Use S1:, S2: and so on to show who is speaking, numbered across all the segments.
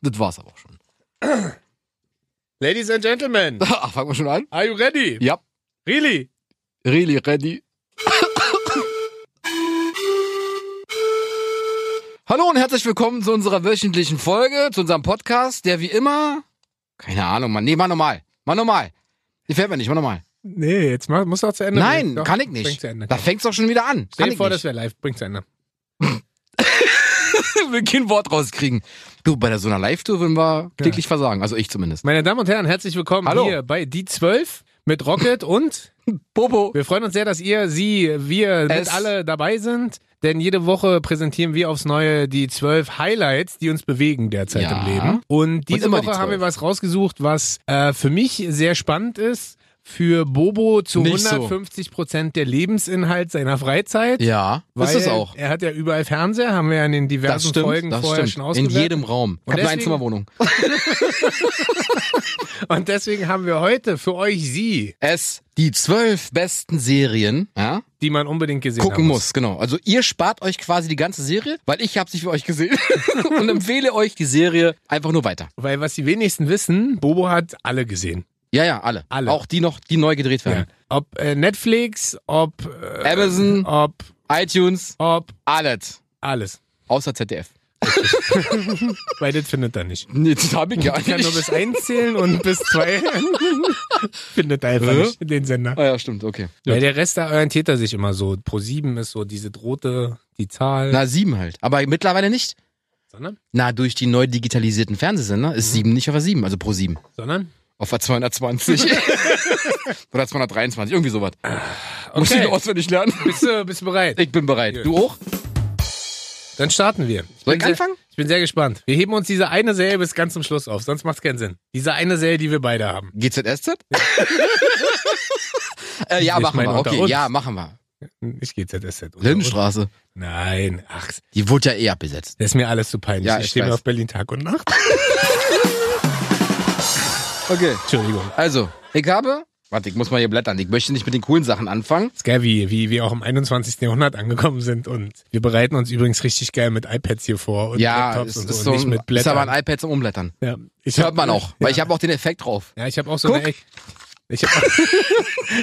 S1: Das war's aber auch schon.
S2: Ladies and Gentlemen,
S1: Ach, fangen wir Ah, schon an?
S2: are you ready?
S1: Ja.
S2: Really?
S1: Really ready. Hallo und herzlich willkommen zu unserer wöchentlichen Folge, zu unserem Podcast, der wie immer. Keine Ahnung, Mann. Nee, mal normal. Mal normal. Gefällt mir nicht, mal normal.
S2: Nee, jetzt mach, musst du auch zu Ende
S1: Nein,
S2: bringen. Doch,
S1: kann ich
S2: Bring
S1: nicht.
S2: zu Ende.
S1: Da fängt's doch schon wieder an.
S2: Stell
S1: Kann
S2: dir
S1: ich
S2: vor,
S1: nicht.
S2: das wäre live. Bring zu Ende.
S1: will kein Wort rauskriegen. Du, bei der so einer Live-Tour würden wir täglich versagen. Also ich zumindest.
S2: Meine Damen und Herren, herzlich willkommen
S1: Hallo.
S2: hier bei Die 12 mit Rocket und
S1: Bobo.
S2: wir freuen uns sehr, dass ihr, sie, wir
S1: Es-
S2: mit alle dabei sind. Denn jede Woche präsentieren wir aufs Neue die zwölf Highlights, die uns bewegen derzeit
S1: Ja.
S2: im Leben. Und diese
S1: immer die
S2: Woche haben
S1: 12.
S2: wir was rausgesucht, was äh, für mich sehr spannend ist. Für Bobo zu
S1: Nicht so.
S2: 150 Prozent der Lebensinhalt seiner Freizeit.
S1: Ja,
S2: Weil
S1: ist es auch.
S2: Er hat ja überall Fernseher, haben wir ja in den
S1: Das
S2: diversen
S1: stimmt,
S2: Folgen
S1: das
S2: vorher
S1: stimmt.
S2: schon
S1: In
S2: ausgewertet.
S1: jedem Raum. Ich habe eine
S2: deswegen-
S1: Einzimmerwohnung.
S2: Und deswegen haben wir heute für euch sie,
S1: Es die zwölf besten Serien, ja,
S2: die man unbedingt gesehen
S1: gucken
S2: haben
S1: muss, genau. Also ihr spart euch quasi die ganze Serie, weil ich habe sie für euch gesehen und empfehle euch die Serie einfach nur weiter.
S2: Weil was die wenigsten wissen, Bobo hat alle gesehen.
S1: Ja, ja, alle.
S2: Alle.
S1: Auch die noch, die neu gedreht
S2: Ja.
S1: werden.
S2: Ob äh, Netflix, ob, äh,
S1: Amazon,
S2: ob,
S1: iTunes,
S2: ob,
S1: alles.
S2: alles.
S1: Außer ZDF.
S2: Weil das findet er nicht.
S1: Nee, das habe ich ja
S2: Ich kann nur
S1: nicht.
S2: bis eins zählen und bis zwei findet er einfach
S1: Hä?
S2: nicht den Sender.
S1: Ah ja, stimmt, okay. Ja.
S2: Weil der Rest, da orientiert er sich immer so. Pro sieben ist so diese rote, die Zahl.
S1: Na, sieben halt. Aber mittlerweile nicht.
S2: Sondern?
S1: Na, durch die neu digitalisierten Fernsehsender
S2: Mhm.
S1: ist sieben nicht auf der sieben, also pro sieben.
S2: Sondern?
S1: Auf der 220. Oder 223, irgendwie sowas. Muss ich
S2: Ah, Okay.
S1: noch auswendig lernen.
S2: Bist du, bist du bereit?
S1: Ich bin bereit.
S2: Ja.
S1: Du auch?
S2: Dann starten wir.
S1: Soll
S2: bin
S1: ich
S2: sehr-
S1: anfangen?
S2: Ich bin sehr gespannt. Wir heben uns diese eine Serie bis ganz zum Schluss auf, sonst macht es keinen Sinn. Diese eine Serie, die wir beide haben.
S1: GZSZ? äh, ja,
S2: Ich
S1: machen
S2: meine
S1: wir.
S2: unter
S1: Okay,
S2: uns.
S1: ja, machen wir.
S2: Ich gehe ZSZ. oder?
S1: Lindenstraße.
S2: Nein, ach,
S1: Die wurde ja eh abbesetzt.
S2: das ist mir alles zu peinlich.
S1: Ja,
S2: ich
S1: ich
S2: stehe mir
S1: weiß.
S2: auf Berlin Tag und Nacht.
S1: Okay.
S2: Entschuldigung.
S1: Also, ich habe. Warte, ich muss mal hier blättern. Ich möchte nicht mit den coolen Sachen anfangen.
S2: Ist geil, wie, wie wir auch im 21. Jahrhundert angekommen sind und wir bereiten uns übrigens richtig geil mit iPads hier vor und
S1: Ja,
S2: Laptops
S1: es
S2: und
S1: ist
S2: so,
S1: so
S2: und nicht
S1: ein,
S2: mit
S1: ist
S2: Blättern.
S1: aber ein iPad zum Umblättern.
S2: ja, ich
S1: Das
S2: hab-
S1: hört man auch, weil
S2: ja.
S1: ich habe auch den Effekt drauf.
S2: Ja, ich habe auch so eine, Echt- ich habe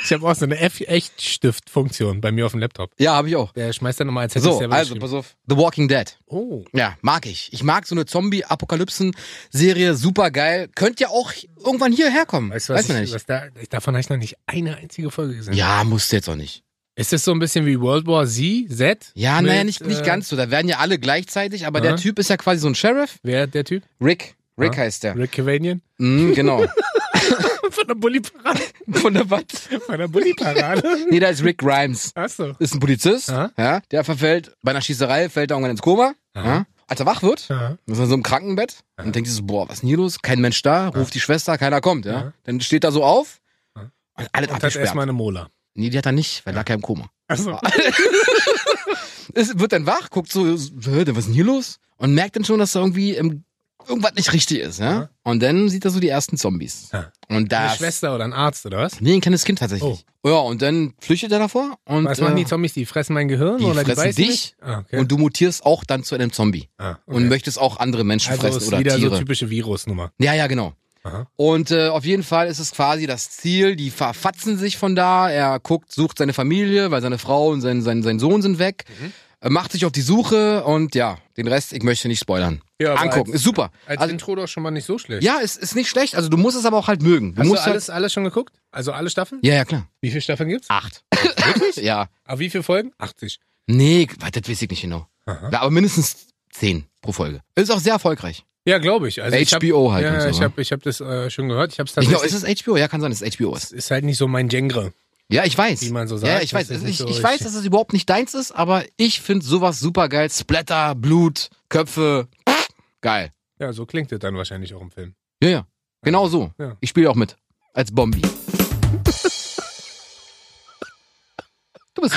S2: ich hab auch so eine F- Echtstift-Funktion bei mir auf dem Laptop.
S1: Ja, habe ich auch.
S2: Der schmeißt dann nochmal als hätte ich
S1: So,
S2: selber
S1: also,
S2: geschrieben.
S1: pass auf. The Walking Dead.
S2: Oh.
S1: Ja, mag ich. Ich mag so eine Zombie-Apokalypsen-Serie, super geil. Könnt ja auch irgendwann hierher kommen.
S2: Weißt du, was,
S1: Weiß man
S2: ich,
S1: nicht.
S2: was da, davon habe ich noch nicht eine einzige Folge gesehen.
S1: Ja, musst du jetzt auch nicht.
S2: Ist das so ein bisschen wie World War Z, Z?
S1: Ja,
S2: Mit,
S1: naja, nicht, nicht
S2: äh,
S1: ganz so. Da werden ja alle gleichzeitig, aber
S2: Aha.
S1: der Typ ist ja quasi so ein Sheriff.
S2: Wer der Typ?
S1: Rick. Rick
S2: Ja.
S1: heißt der.
S2: Rick Cavanian?
S1: Mhm, genau.
S2: Von der Bulli-Parade.
S1: Von der Watt.
S2: Von der Bulli-Parade.
S1: Nee, da ist Rick Grimes.
S2: Achso.
S1: Ist ein Polizist.
S2: Aha.
S1: Ja, der verfällt bei einer Schießerei, fällt er irgendwann ins Koma. Ja. Als er wach wird,
S2: Ja.
S1: Dann Ist er so im Krankenbett und denkt sich so, boah, was ist denn hier los? Kein Mensch da, ruft die Schwester, keiner kommt, ja.
S2: Ja.
S1: Dann steht er so auf
S2: Ja.
S1: und alles
S2: Und hat erstmal
S1: abgesperrt.
S2: eine Mola.
S1: Nee, die hat er nicht, weil da lag er im Koma.
S2: Achso.
S1: Ist, wird dann wach, guckt so, hä, was ist denn hier los? Und merkt dann schon, dass da irgendwie im, irgendwas nicht richtig ist, ja.
S2: Ja.
S1: Und dann sieht er so die ersten Zombies.
S2: Ja.
S1: Und
S2: Eine
S1: das...
S2: Schwester Oh. oder ein Arzt oder was?
S1: Nee, ein kleines Kind tatsächlich. Ja, und dann flüchtet er davor und,
S2: Was machen
S1: äh,
S2: die Zombies? Die fressen mein Gehirn
S1: die
S2: oder die
S1: fressen
S2: beißen
S1: dich
S2: mich? Ah, okay.
S1: und du mutierst auch dann zu einem Zombie.
S2: ah, okay.
S1: Und möchtest auch andere Menschen
S2: also
S1: fressen
S2: ist
S1: oder
S2: wieder
S1: Tiere.
S2: so typische Virusnummer.
S1: Ja, ja, genau.
S2: Aha.
S1: Und äh, auf jeden Fall ist es quasi das Ziel, die verfatzen sich von da, er guckt, sucht seine Familie, weil seine Frau und sein, sein, sein Sohn sind weg,
S2: Mhm.
S1: äh, macht sich auf die Suche und ja, den Rest, ich möchte nicht spoilern.
S2: Ja, aber
S1: Angucken,
S2: als-
S1: ist super.
S2: Als
S1: Also,
S2: Intro doch schon mal nicht so schlecht.
S1: ja, es ist nicht schlecht, also du musst es aber auch halt mögen. Du
S2: Hast
S1: musst
S2: du alles, alles schon geguckt? Also alle Staffeln?
S1: Halt, ja, Ah. ja, klar.
S2: Wie viele Staffeln gibt's?
S1: Acht. ja.
S2: Aber wie viele Folgen? 80.
S1: Nee, warte, das weiß ich nicht genau.
S2: Aha.
S1: Ja, aber mindestens zehn pro Folge. Ist auch sehr erfolgreich.
S2: Ja, glaube ich. Also ich hab,
S1: HBO halt und
S2: Ja,
S1: so,
S2: ich
S1: ne?
S2: habe ich hab das äh, schon gehört. Ich habe es
S1: Ich
S2: tatsächlich.
S1: glaube, ist es HBO? Ja, kann sein, dass es HBO ist.
S2: ist halt nicht so mein Genre.
S1: Ja, ich weiß.
S2: Wie man so
S1: Ja,
S2: sagt,
S1: ich weiß.
S2: das ist
S1: Ich,
S2: nicht
S1: ich,
S2: so
S1: weiß,
S2: richtig.
S1: dass es überhaupt nicht deins ist, aber ich finde sowas super geil. Splatter, Blut, Köpfe. Geil.
S2: Ja, so klingt es dann wahrscheinlich auch im Film.
S1: Ja, ja. Genau so.
S2: Ja.
S1: Ich spiele auch mit. Als Bombi. du bist.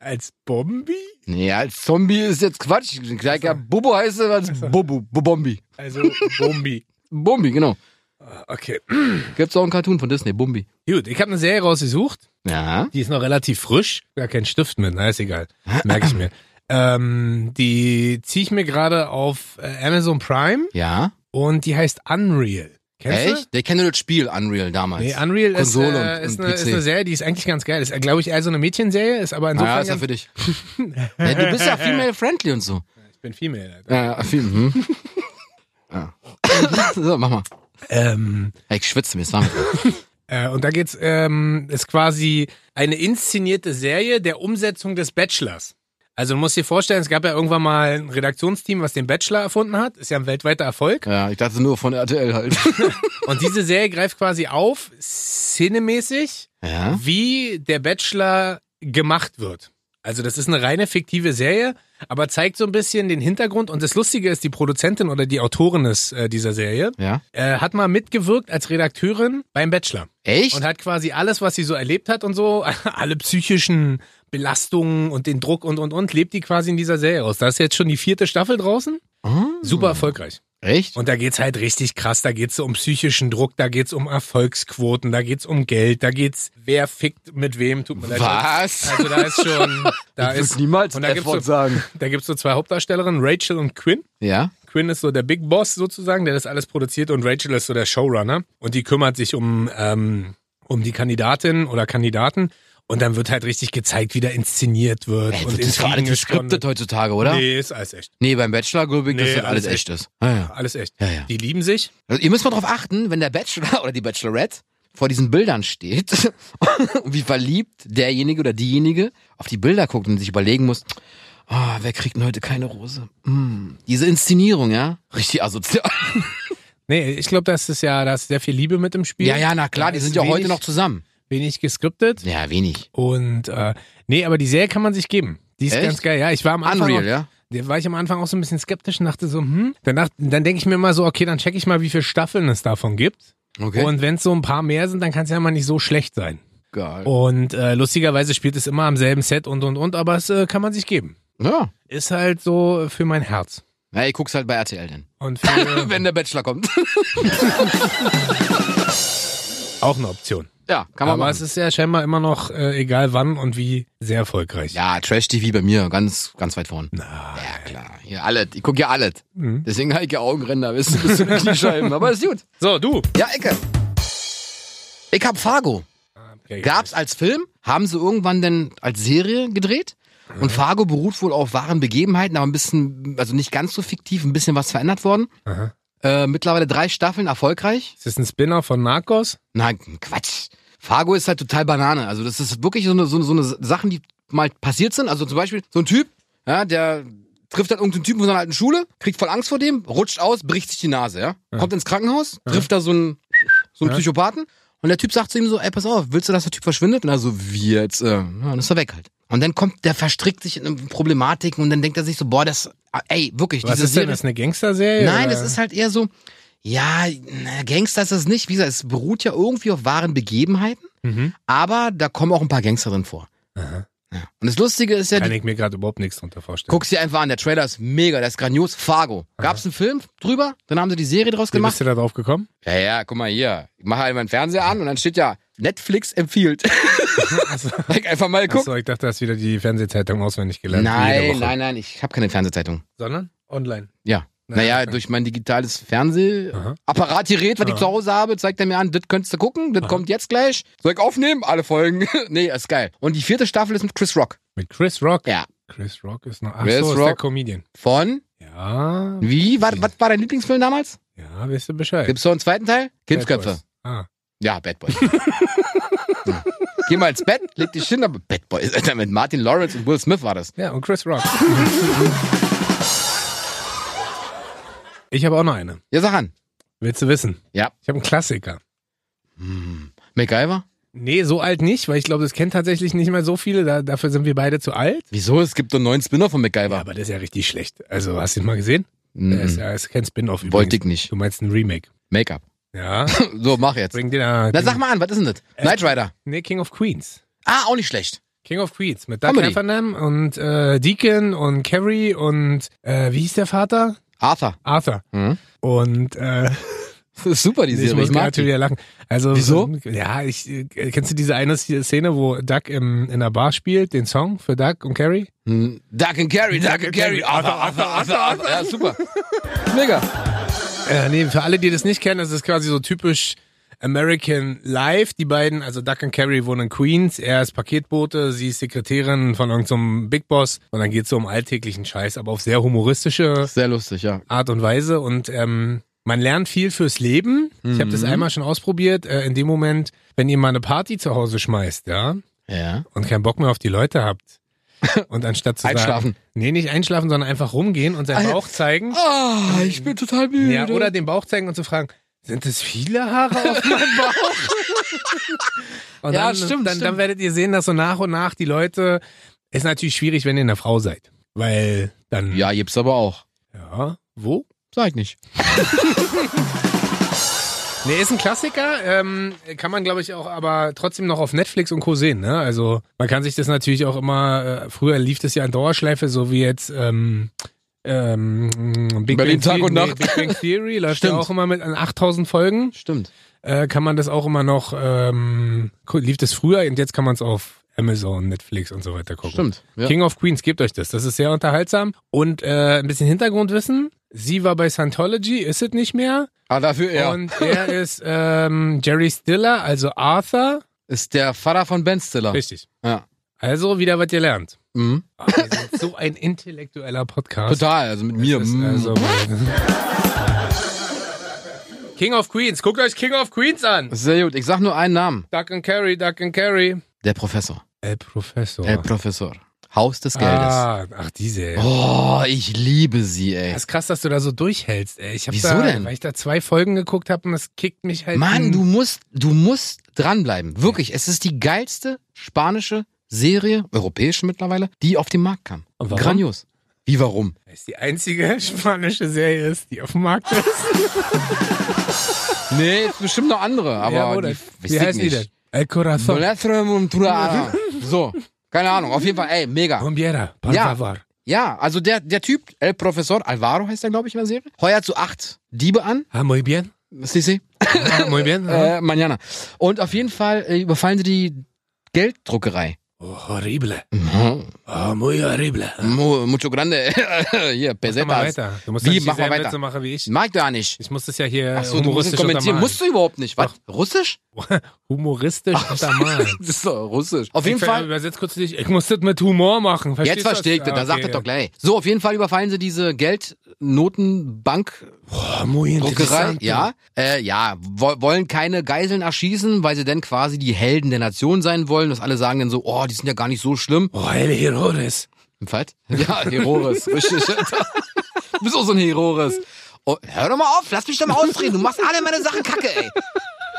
S2: Als Bombi?
S1: Nee, als Zombie ist jetzt Quatsch. Ein kleiner Bobo heißt er als Bobo. Bombi.
S2: Also Bombi.
S1: Bombi, genau.
S2: Ah, Okay.
S1: Gibt's auch einen Cartoon von Disney, Bombi.
S2: Gut, ich habe eine Serie rausgesucht.
S1: Ja.
S2: Die ist noch relativ frisch. Gar kein Stift mit. Na, ist egal. Merke ich mir. Ähm, die ziehe ich mir gerade auf äh, Amazon Prime
S1: Ja.
S2: und die heißt Unreal. Kennst du?
S1: Echt? Der kennt nur das Spiel Unreal damals.
S2: Nee, Unreal ist,
S1: Konsole und-
S2: äh, ist,
S1: und
S2: eine,
S1: PC.
S2: ist eine Serie, die ist eigentlich ganz geil. Ist, glaube ich, eher so eine Mädchenserie, ist aber insofern.
S1: naja, Ah, ist ja
S2: ganz-
S1: für dich. ja, du bist ja female-friendly und so.
S2: ich bin Female. Alter.
S1: Ja, viel, mhm. ja. So, mach mal.
S2: Ähm,
S1: Ey, ich schwitze, mir ist warm.
S2: äh, und da geht's, ähm, ist quasi eine inszenierte Serie der Umsetzung des Bachelors. Also du musst dir vorstellen, es gab ja irgendwann mal ein Redaktionsteam, was den Bachelor erfunden hat. Ist ja ein weltweiter Erfolg.
S1: Ja, ich dachte nur von RTL halt.
S2: Und diese Serie greift quasi auf, szenemäßig,
S1: Ja?
S2: wie der Bachelor gemacht wird. Also das ist eine reine fiktive Serie, aber zeigt so ein bisschen den Hintergrund. Und das Lustige ist, die Produzentin oder die Autorin ist, äh, dieser Serie
S1: Ja?
S2: äh, hat mal mitgewirkt als Redakteurin beim Bachelor
S1: Echt?
S2: und hat quasi alles, was sie so erlebt hat und so, alle psychischen Belastungen und den Druck und und und, lebt die quasi in dieser Serie aus. Da ist jetzt schon die vierte Staffel draußen.
S1: Ah,
S2: Super erfolgreich.
S1: Echt?
S2: Und da geht's halt richtig krass. Da geht's um psychischen Druck, da geht's um Erfolgsquoten, da geht's um Geld, da geht's, wer fickt mit wem, tut mir leid.
S1: Was?
S2: Also da ist schon, da
S1: würd
S2: ist,
S1: niemals
S2: und da gibt's,
S1: F-Wort
S2: so,
S1: sagen.
S2: da gibt's so zwei Hauptdarstellerinnen, Rachel und Quinn.
S1: Ja?
S2: Quinn ist so der Big Boss sozusagen, der das alles produziert und Rachel ist so der Showrunner und die kümmert sich um, ähm, um die Kandidatin oder Kandidaten und dann wird halt richtig gezeigt, wie da inszeniert wird
S1: Ey,
S2: und
S1: wird das gerade
S2: Intrigen gesponnen.
S1: gescriptet heutzutage, oder? Nee,
S2: Nee, ist alles echt.
S1: beim Bachelor glaube ich, dass
S2: Nee,
S1: das alles
S2: alles
S1: echt ist. Ja, ja.
S2: Alles echt.
S1: Ja, ja.
S2: Die lieben sich.
S1: Also, ihr müsst mal drauf achten, wenn der Bachelor oder die Bachelorette vor diesen Bildern steht, wie verliebt derjenige oder diejenige auf die Bilder guckt und sich überlegen muss, ah, wer kriegt denn heute keine Rose? Hm. Diese Inszenierung, ja? Richtig asozial.
S2: Nee, ich glaube, das ist ja, da ist sehr viel Liebe mit im Spiel.
S1: Ja, ja, na klar,
S2: Da
S1: die
S2: ist
S1: sind ja
S2: wenig-
S1: heute noch zusammen.
S2: Wenig geskriptet.
S1: Ja, wenig.
S2: Und äh, nee, aber die Serie kann man sich geben. Die ist
S1: Echt?
S2: ganz geil. Ja, ich war am Anfang.
S1: Unreal,
S2: auch,
S1: ja?
S2: Da war ich am Anfang auch so ein bisschen skeptisch und dachte so, hm. Danach, dann denke ich mir mal so, okay, dann checke ich mal, wie viele Staffeln es davon gibt.
S1: Okay.
S2: Und wenn es so ein paar mehr sind, dann kann es ja mal nicht so schlecht sein.
S1: Geil.
S2: Und äh, lustigerweise spielt es immer am selben Set und und und, aber es äh, kann man sich geben.
S1: Ja.
S2: Ist halt so für mein Herz.
S1: Na, ich guck's halt bei RTL dann.
S2: Und für,
S1: Wenn der Bachelor kommt.
S2: auch eine Option.
S1: ja, kann man
S2: Aber
S1: machen.
S2: es ist ja scheinbar immer noch, äh, egal wann und wie, sehr erfolgreich.
S1: Ja, Trash TV bei mir, ganz, ganz weit vorn. Ja, klar. Hier alles. Ich guck ja alles.
S2: Mhm.
S1: Deswegen habe ich ja Augenränder bis, bis zu den Kniescheiben. Aber ist gut.
S2: So, du.
S1: Ja, Ecke. Ich hab Fargo.
S2: Okay.
S1: Gab's als Film, haben sie irgendwann denn als Serie gedreht.
S2: Mhm.
S1: Und Fargo beruht wohl auf wahren Begebenheiten, aber ein bisschen, also nicht ganz so fiktiv, ein bisschen was verändert worden.
S2: Aha.
S1: Äh, mittlerweile drei Staffeln erfolgreich.
S2: Ist das ein Spinner von Narcos?
S1: Na, Quatsch. Fargo ist halt total Banane. Also das ist wirklich so eine, so, so eine Sachen, die mal passiert sind. Also zum Beispiel so ein Typ, ja, der trifft dann irgendeinen Typen von seiner alten Schule, kriegt voll Angst vor dem, rutscht aus, bricht sich die Nase, ja. Kommt ins Krankenhaus, trifft da so einen, so einen
S2: Ja.
S1: Psychopathen und der Typ sagt zu ihm so, ey, pass auf, willst du, dass der Typ verschwindet? Und er so, wie jetzt? Äh, ja, dann ist er weg halt. Und dann kommt, der verstrickt sich in Problematiken und dann denkt er sich so, boah, das, ey, wirklich,
S2: Was
S1: diese
S2: ist denn
S1: Serie
S2: das? Eine Gangsterserie?
S1: Nein,
S2: oder?
S1: das ist halt eher so, ja, na, Gangster ist das nicht. Wie gesagt, es beruht ja irgendwie auf wahren Begebenheiten,
S2: Mhm.
S1: aber da kommen auch ein paar Gangster drin vor.
S2: Aha.
S1: Ja. Und das Lustige ist ja,
S2: Kann
S1: die,
S2: ich mir gerade überhaupt nichts drunter vorstellen.
S1: guck's dir einfach an, der Trailer ist mega, der ist grandios. Fargo. Gab's einen Film drüber, dann haben sie die Serie draus
S2: Wie
S1: gemacht.
S2: bist du da drauf gekommen?
S1: Ja, ja, guck mal hier. Ich mache halt meinen Fernseher an und dann steht ja, Netflix empfiehlt.
S2: Achso,
S1: Ich einfach mal gucken.
S2: Achso, ich dachte, du hast wieder die Fernsehzeitung auswendig gelernt. wie jede
S1: Nein,
S2: Woche.
S1: nein, nein, ich habe keine Fernsehzeitung.
S2: Sondern online.
S1: Ja. Naja, durch mein digitales Fernsehapparatgerät, was ich
S2: Aha.
S1: zu Hause habe, zeigt er mir an, das könntest du gucken, das kommt jetzt gleich. Soll ich aufnehmen? Alle Folgen. nee, ist geil. Und die vierte Staffel ist mit Chris Rock.
S2: Mit Chris Rock.
S1: Ja.
S2: Chris Rock ist noch. Ach
S1: Chris
S2: so, ist der
S1: Rock.
S2: Comedian.
S1: Von,
S2: Ja.
S1: wie, was, was war dein Lieblingsfilm damals?
S2: Ja, weißt du Bescheid.
S1: Gibt's so einen zweiten Teil?
S2: Bad
S1: Kindsköpfe.
S2: Boys. Ah.
S1: Ja, Bad Boys. ja. Geh mal ins Bett, leg dich hin, aber Bad Boys, Alter, mit Martin Lawrence und Will Smith war das.
S2: Ja, und Chris Rock. ich habe auch noch eine.
S1: Ja, sag an.
S2: Willst du wissen?
S1: Ja.
S2: Ich habe einen Klassiker.
S1: MacGyver?
S2: Nee, so alt nicht, weil ich glaube, das kennt tatsächlich nicht mehr so viele. Da, dafür sind wir beide zu alt.
S1: Wieso? Es gibt doch einen neuen Spinner von
S2: Ja,
S1: MacGyver.
S2: aber das ist ja richtig schlecht. Also, hast du ihn mal gesehen?
S1: Mhm.
S2: Der ist, ja, ist kein Spin-off übrigens.
S1: Wollte ich nicht.
S2: Du meinst ein Remake.
S1: Make-up.
S2: Ja.
S1: So, mach jetzt.
S2: Bring den da.
S1: Na, sag mal an, was ist denn das? Knight Rider.
S2: Nee, King of Queens.
S1: Ah, auch nicht schlecht.
S2: King of Queens mit Doug
S1: Comedy.
S2: Heffernan und äh, Deacon und Carrie und äh, wie hieß der Vater?
S1: Arthur.
S2: Arthur.
S1: Mhm.
S2: Und äh,
S1: Das ist super, die
S2: ich
S1: Serie.
S2: muss
S1: Ich mag
S2: natürlich
S1: die.
S2: wieder lachen. Also,
S1: Wieso?
S2: Ja, ich, äh, kennst du diese eine Szene, wo Duck im, in der Bar spielt, den Song für Duck und Carrie?
S1: Hm, Duck and Carry, Duck and Carry. Arthur, Arthur, Arthur, Arthur. Ja, super. Mega.
S2: Äh, nee, für alle, die das nicht kennen, das ist quasi so typisch American Life. Die beiden, also Duck und Carrie wohnen in Queens. Er ist Paketbote, sie ist Sekretärin von irgendeinem Big Boss. Und dann geht's so um alltäglichen Scheiß, aber auf sehr humoristische
S1: Sehr lustig, ja.
S2: Art und Weise. Und ähm, man lernt viel fürs Leben. Ich habe das
S1: Mhm.
S2: einmal schon ausprobiert. Äh, in dem Moment, wenn ihr mal eine Party zu Hause schmeißt, ja,
S1: Ja.
S2: und keinen Bock mehr auf die Leute habt. Und anstatt zu
S1: Einschlafen.
S2: sagen, nee, nicht einschlafen, sondern einfach rumgehen und seinen
S1: Ah, ja.
S2: Bauch zeigen.
S1: Ah, ich bin total müde.
S2: Ja, oder den Bauch zeigen und zu fragen, sind es viele Haare auf meinem Bauch? und
S1: Ja,
S2: dann,
S1: stimmt,
S2: dann, dann
S1: stimmt.
S2: werdet ihr sehen, dass so nach und nach die Leute, ist natürlich schwierig, wenn ihr eine Frau seid, weil dann,
S1: Ja, gibt's aber auch.
S2: ja wo?
S1: Sag ich nicht.
S2: Nee, ist ein Klassiker, ähm, kann man glaube ich auch aber trotzdem noch auf Netflix und Co. sehen, ne? Also man kann sich das natürlich auch immer, äh, früher lief das ja in Dauerschleife, so wie jetzt ähm, ähm, Big
S1: Berlin
S2: Bang
S1: Tag
S2: The-
S1: und
S2: nee,
S1: Nacht.
S2: Big Bang Theory läuft ja
S1: Stimmt.
S2: auch immer mit an 8000 Folgen.
S1: Stimmt.
S2: äh, kann man das auch immer noch, ähm, gu- lief das früher und jetzt kann man es auf Amazon, Netflix und so weiter gucken.
S1: Stimmt. Ja.
S2: King of Queens, gebt euch das. Das ist sehr unterhaltsam. Und äh, ein bisschen Hintergrundwissen. Sie war bei Scientology, ist es nicht mehr.
S1: Ah, dafür er.
S2: Und er ist ähm, Jerry Stiller, also Arthur.
S1: Ist der Vater von Ben Stiller.
S2: Richtig.
S1: Ja.
S2: Also wieder was ihr lernt.
S1: Mhm.
S2: Ah, wir sind so ein intellektueller Podcast.
S1: Total, also mit mir.
S2: Das ist
S1: mm.
S2: also King of Queens, guckt euch King of Queens an.
S1: Sehr gut. Ich sag nur einen Namen.
S2: Duck and Carry, Duck and Carry.
S1: Der Professor.
S2: El Professor.
S1: Der Professor. Haus des Geldes.
S2: ah, ach, diese. Ey.
S1: Oh, ich liebe sie, ey.
S2: Das ist krass, dass du da so durchhältst, ey. Ich hab
S1: Wieso
S2: da,
S1: denn?
S2: Weil ich da zwei Folgen geguckt habe und das kickt mich halt.
S1: Mann,
S2: in-
S1: du musst, du musst dranbleiben. Wirklich, es ist die geilste spanische Serie, europäische mittlerweile, die auf den Markt kam.
S2: Und warum?
S1: Grandios. Wie warum?
S2: Weil es die einzige spanische Serie ist, die auf dem Markt ist.
S1: Nee, es bestimmt noch andere, aber
S2: Ja, oder?
S1: die,
S2: Wie heißt die denn? El Corazon.
S1: Bolethrum und Tura- So, keine Ahnung. Auf jeden Fall, ey, mega.
S2: Bombiera, por
S1: Ja.
S2: favor.
S1: Ja, also der, der Typ, El Professor Alvaro heißt er, glaube ich, in der Serie, heuert zu acht Diebe an.
S2: Ah, muy bien.
S1: Sisi.
S2: Ah, muy bien.
S1: Äh, Manjana. Und auf jeden Fall äh, überfallen sie die Gelddruckerei.
S2: Oh, horrible.
S1: Mhm.
S2: Oh, muy horrible.
S1: Mu- Mucho grande. Hier,
S2: Mach mal
S1: Pesetas.
S2: weiter. Du musst
S1: Wie?
S2: ja nicht
S1: Mach mal
S2: dieselben
S1: weiter.
S2: Witze machen wie ich.
S1: Mag da nicht.
S2: Ich muss das ja hier
S1: Achso, du musst
S2: humoristisch
S1: nicht kommentieren. Musst du überhaupt nicht. Was? Russisch?
S2: untermalen. humoristisch untermalen.
S1: Das ist doch Russisch. Auf jeden
S2: Ich ver-
S1: Fall.
S2: Übersetzt kurz dich. Ich muss das mit Humor machen. Verstehst
S1: Jetzt verstehe ich
S2: du
S1: das, da sagt
S2: Okay.
S1: er doch gleich. So, auf jeden Fall überfallen sie diese Geldnotenbank
S2: Boah, muy
S1: Druckerei,
S2: interessant.
S1: ja. Äh, ja, wo wollen keine Geiseln erschießen, weil sie dann quasi die Helden der Nation sein wollen. Dass alle sagen dann so, oh, die sind ja gar nicht so schlimm.
S2: Oh, El Herodes.
S1: Im Fight? Ja, Herodes, richtig. Du bist auch so ein Herodes. Oh, hör doch mal auf, lass mich doch mal ausreden. Du machst alle meine Sachen kacke, ey.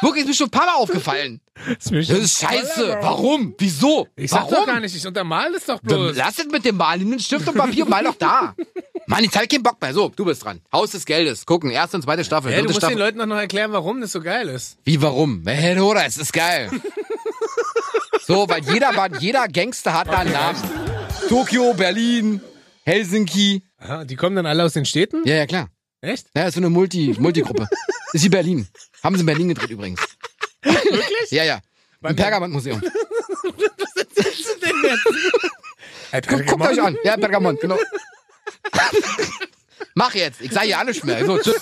S1: Wirklich, ist mir schon ein paar Mal aufgefallen.
S2: Das ist,
S1: Das ist scheiße. Warum? Wieso?
S2: Ich sag
S1: Warum?
S2: doch gar nicht, ich untermal das doch
S1: Dann
S2: bloß.
S1: Lass es mit dem Malen, nimm Stift und Papier und mal doch da. Mann, ich hab keinen Bock mehr. So, du bist dran. Haus des Geldes. Gucken, erste und zweite Staffel.
S2: Ey, du
S1: dritte
S2: musst den
S1: Staffel.
S2: Leuten doch noch erklären, warum das so geil ist.
S1: Wie, warum? Hey, Hora, es ist geil. so, weil jeder, Mann- jeder Gangster hat da einen Namen. Tokio, Berlin, Helsinki.
S2: Aha, Ah, die kommen dann alle aus den Städten?
S1: Ja, ja, klar.
S2: Echt?
S1: Ja, ist so eine Multi Multigruppe. ist die Berlin. Haben sie in Berlin gedreht übrigens. Wirklich? Ja, ja. Im Pergamentmuseum.
S2: Ey,
S1: Guckt guckt euch an. Ja, Pergamont, genau. Mach jetzt. Ich sage ja alles mehr. So, tschüss.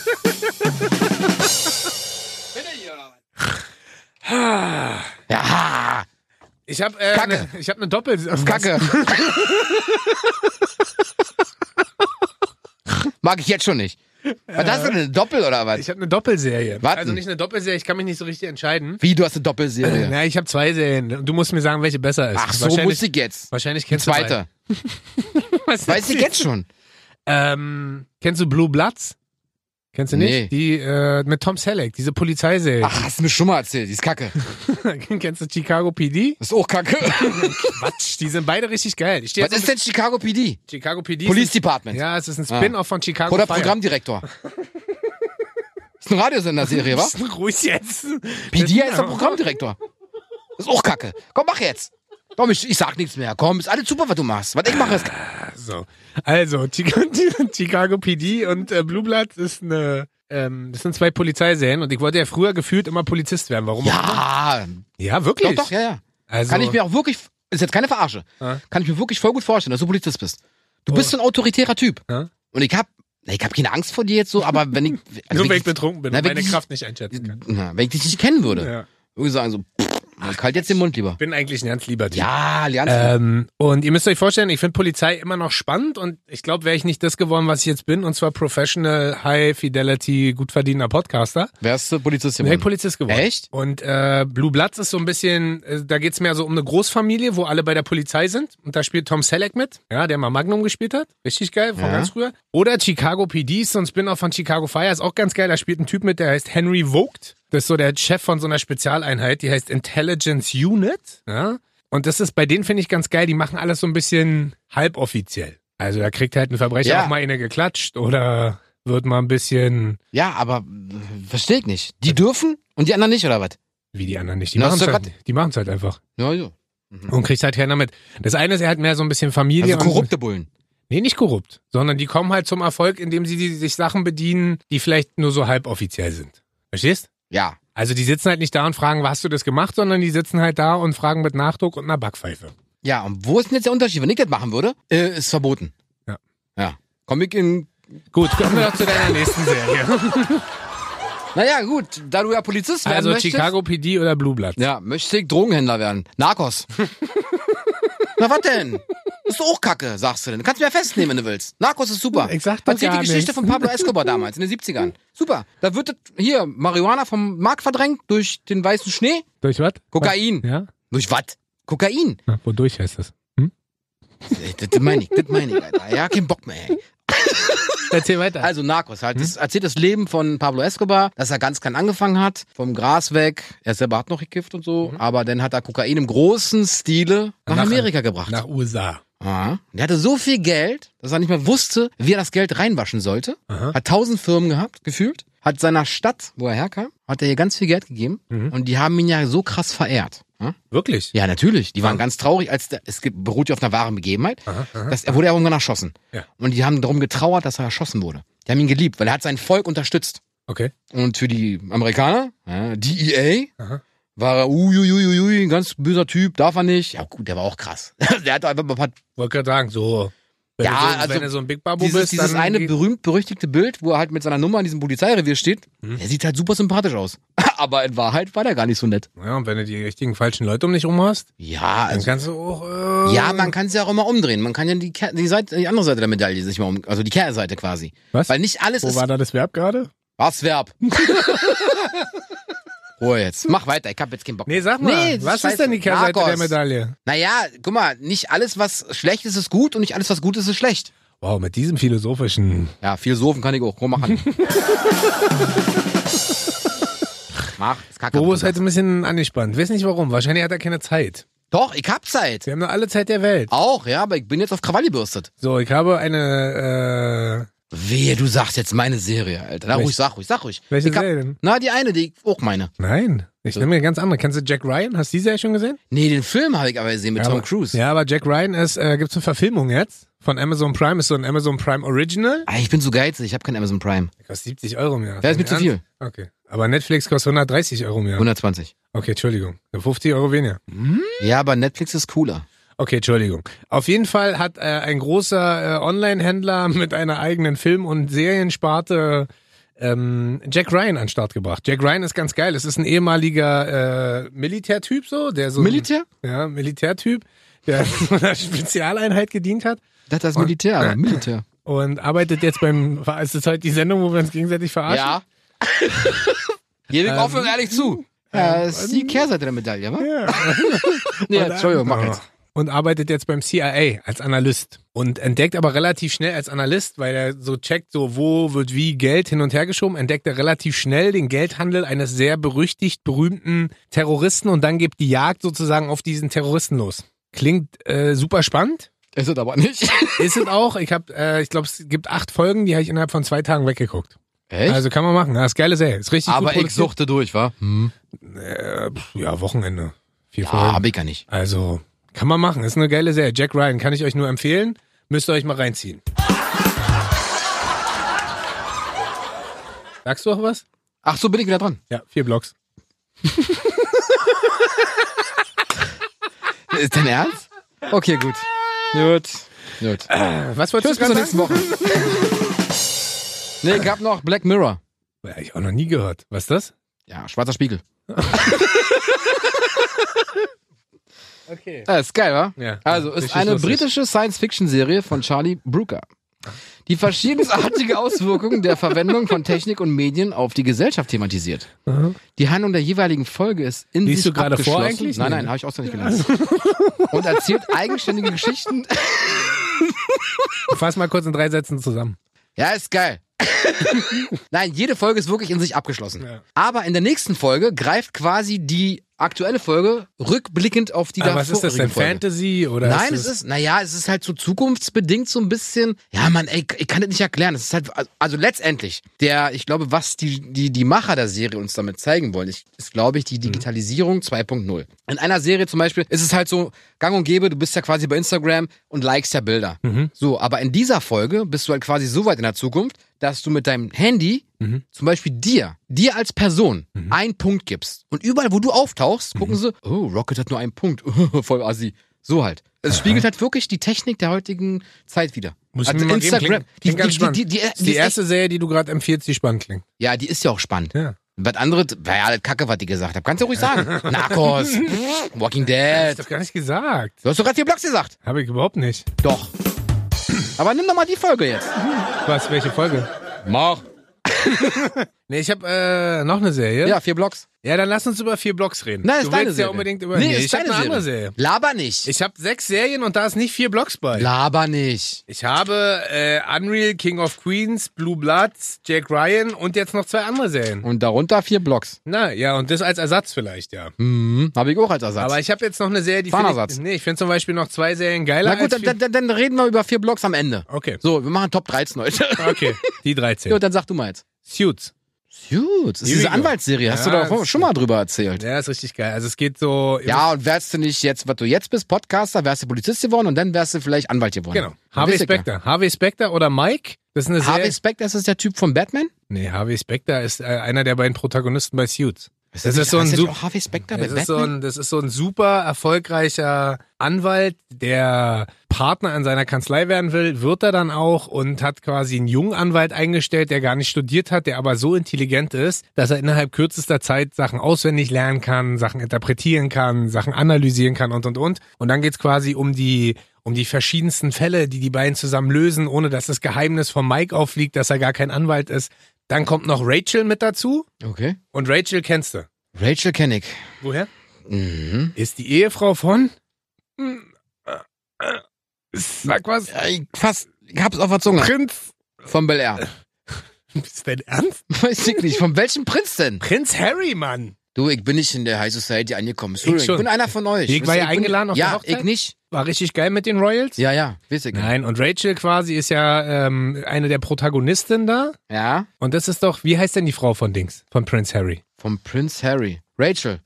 S1: Ja,
S2: Ich habe äh,
S1: Kacke.
S2: Ne, ich hab eine Doppel.
S1: Kacke. Mag ich jetzt schon nicht. Was hast du denn? Eine Doppel oder was?
S2: Ich habe eine Doppelserie.
S1: Warten.
S2: Also nicht eine Doppelserie, ich kann mich nicht so richtig entscheiden.
S1: Wie, du hast eine Doppelserie?
S2: Na, ich habe zwei Serien. Und Du musst mir sagen, welche besser ist.
S1: Ach so,
S2: wahrscheinlich,
S1: wusste ich jetzt.
S2: Wahrscheinlich kennst
S1: Zweite.
S2: du beide.
S1: Weiß ich jetzt schon.
S2: Ähm, kennst du Blue Bloods? Kennst du nicht?
S1: Nee.
S2: Die äh, mit Tom Selleck, diese Polizeiserie.
S1: Ach, hast du mir schon mal erzählt. Die ist kacke.
S2: Kennst du Chicago PD?
S1: Ist auch kacke.
S2: Quatsch, die sind beide richtig geil. Ich stehe
S1: Was
S2: jetzt
S1: ist Ah. denn Chicago PD?
S2: auf Chicago PD.
S1: Police Department.
S2: Ja, es ist ein Spin-off von Chicago
S1: Oder
S2: Fire.
S1: Programmdirektor. Ist ein Radiosender-Serie, wa?
S2: Ruhig jetzt.
S1: PD ist der Programmdirektor. Ist auch kacke. Komm, mach jetzt. Komm, ich, ich sag nichts mehr. Komm, ist alles super, was du machst. Was ich mache,
S2: Ah,
S1: ist
S2: So. Also, Chicago, Chicago PD und äh, Blue Bloods ist eine äh, ähm, das sind zwei Polizeiserien und ich wollte ja früher gefühlt immer Polizist werden. Warum? auch immer.
S1: Ja,
S2: Ja, wirklich.
S1: Ah, doch, doch, ja, ja.
S2: Also,
S1: Kann ich mir auch wirklich, ist jetzt keine Verarsche,
S2: Ja.
S1: kann ich mir wirklich voll gut vorstellen, dass du Polizist bist. Du bist so ein autoritärer Typ.
S2: Oh. Ja.
S1: Und ich hab, ich hab keine Angst vor dir jetzt so, aber wenn ich,
S2: nur weil
S1: wenn
S2: ich betrunken bin
S1: Also Na,
S2: und
S1: wenn
S2: meine
S1: ich-
S2: Kraft nicht einschätzen kann.
S1: na, wenn ich dich nicht kennen würde,
S2: Ja.
S1: würde ich sagen so, pff, ich halt jetzt den Mund lieber.
S2: Bin eigentlich ein ganz lieber Typ.
S1: Ja, lernst du.
S2: Ähm, und ihr müsst euch vorstellen, ich finde Polizei immer noch spannend und ich glaube, wäre ich nicht das geworden, was ich jetzt bin, und zwar Professional, High Fidelity, gut verdienender Podcaster,
S1: Wärst du Polizist
S2: wäre ich
S1: geworden?
S2: Polizist geworden.
S1: Echt?
S2: Und äh, Blue Bloods ist so ein bisschen, äh, da geht's mehr so um eine Großfamilie, wo alle bei der Polizei sind. Und da spielt Tom Selleck mit, ja, der mal Magnum gespielt hat. Richtig geil, von
S1: Ja.
S2: ganz früher. Oder Chicago PD ist so ein Spin-off von Chicago Fire, ist auch ganz geil. Da spielt ein Typ mit, der heißt Henry Vogt. Das ist so der Chef von so einer Spezialeinheit, die heißt Intelligence Unit. Ja? Und das ist, bei denen finde ich ganz geil, die machen alles so ein bisschen halboffiziell. Also da kriegt halt ein Verbrecher
S1: Ja.
S2: auch mal eine geklatscht oder wird mal ein bisschen,
S1: Ja, aber äh, versteh ich nicht. Die dürfen und die anderen nicht, oder was?
S2: wie die anderen nicht, die
S1: Na,
S2: machen's
S1: hast du
S2: halt, die machen's halt einfach.
S1: Ja, Also ja.
S2: Und kriegt halt keiner mit. Das eine ist, er hat mehr so ein bisschen Familie.
S1: Also korrupte Bullen.
S2: Und, nee, nicht korrupt. Sondern die kommen halt zum Erfolg, indem sie die, sich Sachen bedienen, die vielleicht nur so halboffiziell sind. Verstehst?
S1: Ja.
S2: Also die sitzen halt nicht da und fragen, hast du das gemacht, sondern die sitzen halt da und fragen mit Nachdruck und einer Backpfeife.
S1: Ja, und wo ist denn jetzt der Unterschied? Wenn ich das machen würde, äh, ist verboten.
S2: Ja.
S1: Ja. Komm ich in.
S2: Gut, kommen wir doch zu deiner nächsten Serie.
S1: Naja, gut, da du ja Polizist werden
S2: Also
S1: möchtest.
S2: Chicago PD oder Blue Blood.
S1: Ja, möchte ich Drogenhändler werden. Narcos. Na, was denn? Ist doch auch Kacke, sagst du denn. Kannst du mir festnehmen, wenn du willst. Narcos ist super.
S2: Ich sag doch
S1: Erzähl
S2: gar
S1: die Geschichte
S2: nichts.
S1: von Pablo Escobar damals, in den 70ern. Super. Da wird das, hier Marihuana vom Markt verdrängt durch den weißen Schnee.
S2: Durch was?
S1: Kokain.
S2: Ja?
S1: Durch was? Kokain.
S2: Na, wodurch heißt das?
S1: Ey, Das meine ich, das meine ich, Alter. Ja, kein Bock mehr, ey.
S2: Erzähl weiter.
S1: Also Narcos halt. Das
S2: Hm?
S1: erzählt das Leben von Pablo Escobar, dass er ganz klein angefangen hat, vom Gras weg. Er selber hat noch gekifft und so, aber dann hat er Kokain im großen Stile nach,
S2: Mhm. Nach-
S1: Amerika gebracht.
S2: Nach USA.
S1: Aha. Und Er hatte so viel Geld, dass er nicht mehr wusste, wie er das Geld reinwaschen sollte.
S2: Aha.
S1: Hat tausend Firmen gehabt, gefühlt. Hat seiner Stadt, wo er herkam, hat er ihr ganz viel Geld gegeben.
S2: Mhm.
S1: Und die haben ihn ja so krass verehrt. Ja?
S2: Wirklich?
S1: Ja, natürlich. Die waren ganz traurig, als der, es ge- beruht ja auf einer wahren Begebenheit.
S2: Aha, aha.
S1: Dass, er wurde ja irgendwann erschossen.
S2: Ja.
S1: Und die haben darum getrauert, dass er erschossen wurde. Die haben ihn geliebt, weil er hat sein Volk unterstützt.
S2: Okay.
S1: Und für die Amerikaner, ja, DEA,
S2: Aha.
S1: war er uiuiuiui, ein ganz böser Typ, darf er nicht. Ja gut, der war auch krass. der hat einfach mal ein paar
S2: Wollte gerade sagen, so. Wenn
S1: Ja,
S2: du so,
S1: also
S2: wenn du so ein Big Babu
S1: dieses,
S2: bist,
S1: dieses
S2: dann
S1: eine
S2: geht-
S1: berühmt-berüchtigte Bild, wo er halt mit seiner Nummer in diesem Polizeirevier steht,
S2: Hm.
S1: der sieht halt super sympathisch aus. Aber in Wahrheit war der gar nicht so nett.
S2: Ja, und wenn du die richtigen falschen Leute um dich rum hast,
S1: Ja,
S2: dann
S1: also,
S2: kannst du auch. Äh,
S1: ja, man kann es ja auch immer umdrehen. Man kann ja die, Ker- die, Seite, die andere Seite der Medaille sich mal um, also die Kehrseite quasi.
S2: Was?
S1: Weil nicht alles
S2: Wo
S1: ist
S2: war da das Verb gerade?
S1: Was Verb? Ruhe jetzt. Mach weiter, ich hab jetzt keinen Bock.
S2: Nee, sag mal,
S1: Nee, das ist
S2: was
S1: scheiße.
S2: ist denn die Kehrseite
S1: Narcos.
S2: der Medaille?
S1: Naja, guck mal, nicht alles, was schlecht ist, ist gut und nicht alles, was gut ist, ist schlecht.
S2: Wow, mit diesem philosophischen.
S1: Ja, Philosophen kann ich auch. Komm, mach an. mach, ist kacke.
S2: Bobo ist halt so ein bisschen angespannt. Weiß nicht warum. Wahrscheinlich hat er keine Zeit.
S1: Doch, ich hab Zeit.
S2: Sie haben nur alle Zeit der Welt.
S1: Auch, ja, aber ich bin jetzt auf Krawall gebürstet.
S2: So, ich habe eine. äh,
S1: Wehe, du sagst jetzt meine Serie, Alter. Na,
S2: Welche-
S1: ruhig, sag ruhig, sag ruhig.
S2: Welche
S1: ich hab,
S2: Serie denn?
S1: Na, die eine, die ich auch meine.
S2: Äh, nein, ich nehme mir eine ganz andere. Kennst du Jack Ryan? Hast du die Serie schon gesehen?
S1: Nee, den Film habe ich aber gesehen mit
S2: Ja,
S1: Tom
S2: aber-
S1: Cruise.
S2: Ja, aber Jack Ryan ist, äh, gibt's eine Verfilmung jetzt von Amazon Prime. Ist so ein Amazon Prime Original.
S1: Ah, ich bin so geizig, ich habe kein Amazon Prime.
S2: Kostet 70 Euro im Jahr.
S1: Ja, ist mir zu viel.
S2: Okay. Aber Netflix kostet 130 Euro im Jahr.
S1: 120.
S2: Okay, Entschuldigung. 50 Euro weniger.
S1: Ja, aber Netflix ist cooler.
S2: Okay, Entschuldigung. Auf jeden Fall hat äh, ein großer äh, Online-Händler mit einer eigenen Film- und Seriensparte ähm, Jack Ryan an den Start gebracht. Jack Ryan ist ganz geil. Es ist ein ehemaliger äh, Militärtyp so, der so
S1: Militär?
S2: ja Militärtyp, der in so einer Spezialeinheit gedient hat
S1: Das ist das Militär, aber Militär.
S2: und arbeitet jetzt beim. war- Ist das heute die Sendung, wo wir uns gegenseitig verarschen?
S1: Ja. Gebe ich offen und ehrlich zu. Ja, das ist die Kehrseite der Medaille, wa?
S2: Ja.
S1: Nee,
S2: Und-
S1: Entschuldigung, mach jetzt.
S2: Und arbeitet jetzt beim CIA als Analyst und entdeckt aber relativ schnell als Analyst, weil er so checkt, so wo wird wie Geld hin und her geschoben, entdeckt er relativ schnell den Geldhandel eines sehr berüchtigt berühmten Terroristen und dann gibt die Jagd sozusagen auf diesen Terroristen los. Klingt äh, super spannend.
S1: Ist es aber nicht.
S2: Ist es auch. Ich habe, äh, ich glaube, es gibt acht Folgen, die habe ich innerhalb von zwei Tagen weggeguckt.
S1: Echt?
S2: Also kann man machen. Ja, ist geile Serie. Ist richtig
S1: aber
S2: gut
S1: ich suchte durch, wa? Hm.
S2: produziert. Äh, pf, ja, Wochenende. Vier Folgen.
S1: Ah, hab ich gar nicht.
S2: Also, kann man machen. Ist eine geile Serie. Jack Ryan kann ich euch nur empfehlen. Müsst ihr euch mal reinziehen. Sagst du auch was?
S1: Ach so, bin ich wieder dran.
S2: Ja, vier Blocks.
S1: Ist dein Ernst? Okay, gut. Gut. Gut.
S2: Äh. Was wolltest
S1: Tschüss, bis zur
S2: gerade
S1: nächsten Woche. Nee, gab noch Black Mirror.
S2: Ja, ich auch noch nie gehört. Was ist das?
S1: Ja, schwarzer Spiegel.
S2: Okay.
S1: Ah, ist geil, wa?
S2: Ja.
S1: Also,
S2: Ja,
S1: ist
S2: richtig
S1: eine
S2: lustig.
S1: britische Science-Fiction-Serie von Charlie Brooker. Die verschiedensartige Auswirkungen der Verwendung von Technik und Medien auf die Gesellschaft thematisiert. Die Handlung der jeweiligen Folge ist in
S2: Liest
S1: sich
S2: du gerade vor
S1: abgeschlossen.
S2: eigentlich?
S1: Nein,
S2: Nee,
S1: nein,
S2: ne?
S1: habe ich auswendig gelernt. Und erzählt eigenständige Geschichten.
S2: Fass mal kurz in drei Sätzen zusammen.
S1: Ja, ist geil. Nein, jede Folge ist wirklich in sich abgeschlossen.
S2: Ja.
S1: Aber in der nächsten Folge greift quasi die aktuelle Folge rückblickend auf die
S2: Aber
S1: davor.
S2: was ist das denn?
S1: Folge.
S2: Fantasy oder?
S1: Nein,
S2: ist
S1: es ist, naja, es ist halt so zukunftsbedingt so ein bisschen. Ja, Mann, ey, ich kann das nicht erklären. Es ist halt, also letztendlich, der, ich glaube, was die, die, die Macher der Serie uns damit zeigen wollen, ich, ist, glaube ich, die Digitalisierung 2.0. In einer Serie zum Beispiel ist es halt so gang und gäbe, du bist ja quasi bei Instagram und likest ja Bilder.
S2: Mhm.
S1: So, aber in dieser Folge bist du halt quasi so weit in der Zukunft, dass du mit deinem Handy
S2: Mhm.
S1: zum Beispiel dir, dir als Person, einen Punkt gibst. Und überall, wo du auftauchst,
S2: Mhm.
S1: gucken sie, oh, Rocket hat nur einen Punkt. Voll assi. So halt. Es spiegelt halt wirklich die Technik der heutigen Zeit wieder. Also
S2: Muss ich mir mal geben. Klingt, klingt ganz spannend.
S1: die, die, die,
S2: Ist
S1: die,
S2: die
S1: ist echt,
S2: erste Serie, die du gerade empfiehlst, die spannend klingt.
S1: ja, die ist ja auch spannend.
S2: Ja.
S1: Was anderes, war ja alles Kacke, was die gesagt haben. Kannst du ruhig sagen. Narcos, Walking Dead.
S2: Das gar nicht gesagt.
S1: Du hast doch gerade vier Blocks gesagt.
S2: Habe ich überhaupt nicht.
S1: Doch. Aber nimm doch mal die Folge jetzt.
S2: Was, welche Folge?
S1: Mach.
S2: Nee, ich habe äh, noch eine Serie.
S1: Ja, vier Blocks.
S2: ja, dann lass uns über vier Blocks reden.
S1: Nein,
S2: du
S1: ist deine
S2: willst
S1: Serie.
S2: ja unbedingt über
S1: nee, ist
S2: ich habe
S1: deine
S2: eine
S1: Serie.
S2: andere Serie.
S1: Laber nicht.
S2: Ich habe sechs Serien und da ist nicht vier Blocks bei.
S1: Laber nicht.
S2: Ich habe äh, Unreal, King of Queens, Blue Bloods, Jack Ryan und jetzt noch zwei andere Serien.
S1: Und darunter vier Blocks.
S2: Na ja, und das als Ersatz vielleicht, ja.
S1: Mhm. Habe ich auch als Ersatz.
S2: Aber ich habe jetzt noch eine Serie, die find
S1: Zahnersatz.
S2: ich, nee, ich finde zum Beispiel noch zwei Serien geiler
S1: Na gut,
S2: als
S1: dann,
S2: vier-
S1: dann, dann reden wir über vier Blocks am Ende.
S2: Okay,
S1: So, wir machen Top 13 heute.
S2: okay, die 13.
S1: Gut, dann sag du mal jetzt.
S2: Suits.
S1: Gut, ist
S2: Here we
S1: diese
S2: go.
S1: Anwaltsserie, hast
S2: Ja,
S1: du doch
S2: das-
S1: schon mal drüber erzählt.
S2: Ja, ist richtig geil. Also es geht so.
S1: Ja, und wärst du nicht jetzt, was du jetzt bist, Podcaster, wärst du Polizist geworden und dann wärst du vielleicht Anwalt geworden.
S2: Genau. Harvey
S1: Wisst ihr,
S2: Specter. Harvey Specter oder Mike? Das ist eine
S1: ja. Harvey
S2: Serie.
S1: Specter, ist das der Typ von Batman?
S2: Nee, Harvey Specter ist äh, einer der beiden Protagonisten bei Suits.
S1: Ist
S2: Das
S1: nicht-
S2: ist so ein
S1: heißt der nicht
S2: Sup-
S1: auch Harvey Specter bei
S2: das ist so
S1: Batman?
S2: ein, das ist so ein super erfolgreicher Anwalt, der Partner an seiner Kanzlei werden will, wird er dann auch und hat quasi einen jungen Anwalt eingestellt, der gar nicht studiert hat, der aber so intelligent ist, dass er innerhalb kürzester Zeit Sachen auswendig lernen kann, Sachen interpretieren kann, Sachen analysieren kann und und und. Und dann geht's quasi um die um die verschiedensten Fälle, die die beiden zusammen lösen, ohne dass das Geheimnis von Mike aufliegt, dass er gar kein Anwalt ist. Dann kommt noch Rachel mit dazu
S1: okay.
S2: und Rachel kennst du.
S1: Rachel Kennick.
S2: Woher?
S1: Mhm.
S2: ist die Ehefrau von. Hm, äh, äh, Sag was.
S1: Ja, ich Fast, ich hab's auf der Zunge.
S2: Prinz.
S1: Von Bel Air.
S2: Ist dein Ernst?
S1: Weiß ich nicht, von welchem Prinz denn?
S2: Prinz Harry, Mann.
S1: Du, ich bin nicht in der High Society angekommen.
S2: Ich
S1: Ich, ich
S2: schon.
S1: bin einer von euch.
S2: Ich
S1: Wisst
S2: war
S1: ihr,
S2: ja eingeladen
S1: bin,
S2: auf
S1: Ja,
S2: der Hochzeit.
S1: ich nicht.
S2: War richtig geil mit den Royals?
S1: Ja, ja, weiß ich.
S2: Nein, und Rachel quasi ist ja ähm, eine der Protagonistinnen da.
S1: Ja,
S2: Und das ist doch, wie heißt denn die Frau von Dings? Von Prinz Harry.
S1: vom Prinz Harry. Rachel.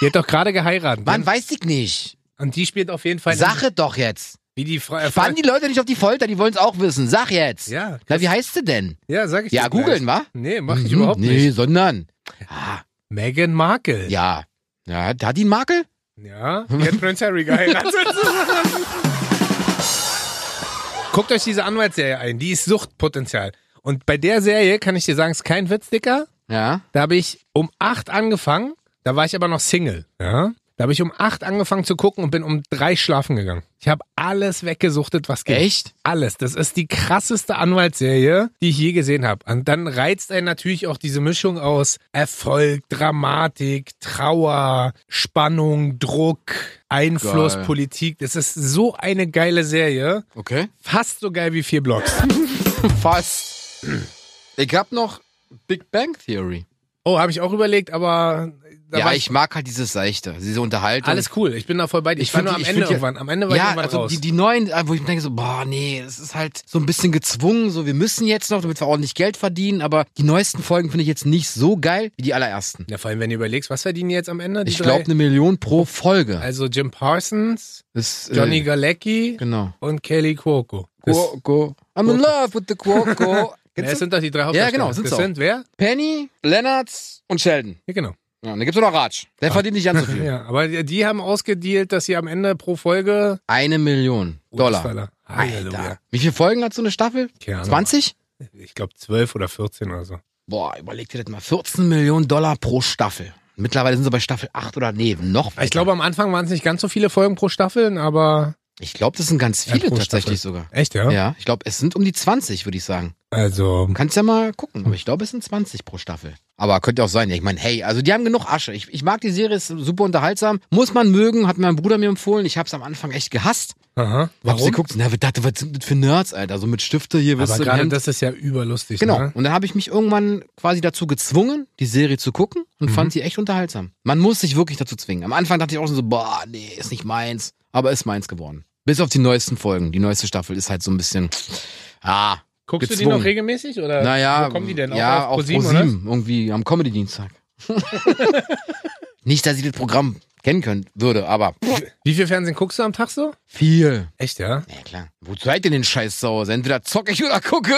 S2: Die hat doch gerade geheiratet.
S1: Mann,
S2: ne?
S1: weiß ich nicht.
S2: Und die spielt auf jeden Fall.
S1: Sache doch jetzt.
S2: Wie die Frau. Äh,
S1: Spann die Leute nicht auf die Folter, die wollen es auch wissen. Sag jetzt.
S2: Ja,
S1: Na, wie heißt sie denn?
S2: ja, sag ich
S1: Ja,
S2: dir gleich.
S1: googeln, wa?
S2: Nee, mach ich
S1: Mhm.
S2: überhaupt
S1: nee,
S2: nicht.
S1: sondern. Ah,
S2: Meghan Markle.
S1: ja. ja. Hat hat die einen Makel?
S2: Ja, die hat Prince Harry geheiratet. Guckt euch diese Anwaltsserie ein, die ist Suchtpotenzial. Und bei der Serie kann ich dir sagen, ist kein Witz, Dicker.
S1: Ja.
S2: Da habe ich um acht angefangen, da war ich aber noch Single. Ja? Da habe ich um acht angefangen zu gucken und bin um drei schlafen gegangen. Ich habe alles weggesuchtet, was geht.
S1: Echt?
S2: Alles. Das ist die krasseste Anwaltsserie, die ich je gesehen habe. Und dann reizt einen natürlich auch diese Mischung aus Erfolg, Dramatik, Trauer, Spannung, Druck, Einfluss,
S1: Geil.
S2: Politik. Das ist so eine geile Serie.
S1: Okay.
S2: Fast so geil wie vier Blocks.
S1: Fast. Ich hab noch Big Bang Theory.
S2: Oh, habe ich auch überlegt, aber da
S1: ja,
S2: war
S1: ich mag halt dieses Seichte, diese Unterhaltung.
S2: Alles cool, ich bin da voll bei dir. Ich,
S1: Ich
S2: war
S1: find die-
S2: nur am
S1: ich
S2: Ende
S1: find die-
S2: irgendwann. Am Ende war ich
S1: ja,
S2: irgendwann
S1: also
S2: raus.
S1: die, die neuen, äh, wo ich mir denke so, boah, nee, es ist halt so ein bisschen gezwungen, so wir müssen jetzt noch, damit wir ordentlich Geld verdienen, aber die neuesten Folgen finde ich jetzt nicht so geil wie die allerersten.
S2: ja, vor allem, wenn du überlegst, was verdienen die jetzt am Ende? Die
S1: Ich
S2: drei?
S1: glaube eine Million pro Folge.
S2: Also Jim Parsons,
S1: Ist, äh,
S2: Johnny Galecki
S1: Genau.
S2: und Kelly Cuoco. Das-
S1: Cuoco. I'm in love with the Cuoco.
S2: Ja,
S1: Kennst
S2: es
S1: du?
S2: sind doch die drei Hauptdarsteller.
S1: genau, sind's
S2: Das
S1: auch.
S2: sind wer?
S1: Penny, Lennartz und Sheldon.
S2: Ja, genau.
S1: Ja, und dann gibt's auch noch Ratsch.
S2: Ah.
S1: Der verdient nicht ganz so viel.
S2: Ja, aber die die haben ausgedealt, dass sie am Ende pro Folge
S1: Eine Million Dollar.
S2: US-Dollar. Halleluja.
S1: Alter. Wie viele Folgen hat so eine Staffel?
S2: Keine Ahnung.
S1: 20?
S2: Ich glaube 12 oder 14 oder so.
S1: Boah, überleg dir das mal. 14 Millionen Dollar pro Staffel. Mittlerweile sind sie bei Staffel 8 oder nee, noch.
S2: Ich glaube, am Anfang waren es nicht ganz so viele Folgen pro Staffel, aber
S1: ich glaube, das sind ganz viele
S2: Ja, pro
S1: tatsächlich
S2: echt, ja?
S1: sogar. Ja, ich glaube, es sind um die 20, würde ich sagen.
S2: Also,
S1: Du kannst ja mal gucken, aber ich glaube, es sind 20 pro Staffel. Aber könnte auch sein. Ich meine, hey, also die haben genug Asche. Ich, ich mag die Serie, ist super unterhaltsam. Muss man mögen, hat mein Bruder mir empfohlen. Ich habe es am Anfang echt gehasst.
S2: aha.
S1: Hab sie
S2: Warum?
S1: geguckt, na, was dachte, was sind das für Nerds, Alter? So mit Stifte hier,
S2: Aber
S1: wisst ihr, im
S2: gerade
S1: Hemd.
S2: das ist ja überlustig,
S1: Genau.
S2: ne?
S1: Und dann habe ich mich irgendwann quasi dazu gezwungen, die Serie zu gucken und
S2: Mhm.
S1: fand sie echt unterhaltsam. Man muss sich wirklich dazu zwingen. Am Anfang dachte ich auch schon so, boah, nee, ist nicht meins. Aber ist meins geworden. Bis auf die neuesten Folgen. Die neueste Staffel ist halt so ein bisschen, ah,
S2: Guckst du die
S1: gezwungen.
S2: noch regelmäßig oder
S1: naja.
S2: Äh, wo kommen die denn?
S1: Ja,
S2: auch auf
S1: ProSieben,
S2: ProSieben, oder?
S1: irgendwie am Comedy-Dienstag. nicht, dass ich das Programm kennen können, würde, aber
S2: Wie viel Fernsehen guckst du am Tag so?
S1: viel.
S2: Echt, ja?
S1: Ja, klar. Wo seid ihr denn scheiß Sau? Also Entweder zocke ich oder gucke.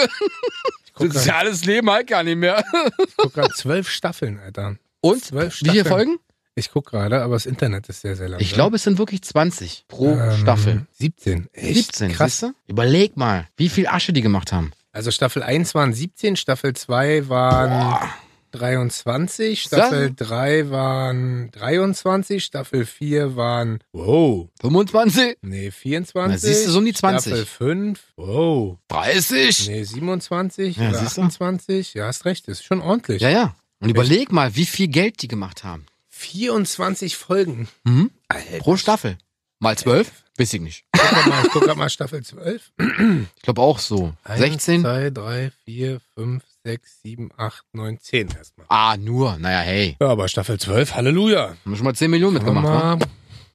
S2: guck grad.
S1: Soziales Leben halt gar nicht mehr.
S2: Ich guck gerade zwölf Staffeln, Alter.
S1: Und?
S2: Zwölf
S1: Wie viele
S2: Staffeln.
S1: Folgen?
S2: Ich guck gerade, aber das Internet ist sehr, sehr lang.
S1: Ich glaube, es sind wirklich 20 pro Staffel.
S2: 17. Ähm, Echt?
S1: 17,
S2: Krass.
S1: siehste? Überleg mal, wie viel Asche die gemacht haben.
S2: Also Staffel 1 waren 17, Staffel 2 waren 23, Staffel 3 waren 23, Staffel 4 waren, wow,
S1: 25,
S2: nee,
S1: Na,
S2: 24.
S1: siehst du, so um die 20.
S2: Staffel 5, wow,
S1: 30.
S2: nee, 27
S1: Ja,
S2: oder
S1: siehst du?
S2: 28. Ja, hast recht, das ist schon ordentlich.
S1: Ja, ja. Und überleg mal, wie viel Geld die gemacht haben.
S2: 24 Folgen.
S1: Mhm.
S2: Alter,
S1: Pro Staffel. Mal 12? Weiß ich nicht.
S2: guck grad mal, ich guck grad mal Staffel 12.
S1: Ich glaube auch so. 16?
S2: 2, 3, 4, 5, 6, 7, 8, 9, 10 erstmal.
S1: Ah, nur. Naja, hey.
S2: Ja, aber Staffel 12, Halleluja.
S1: Haben schon mal 10 Millionen mitgemacht, wa?
S2: Hammer.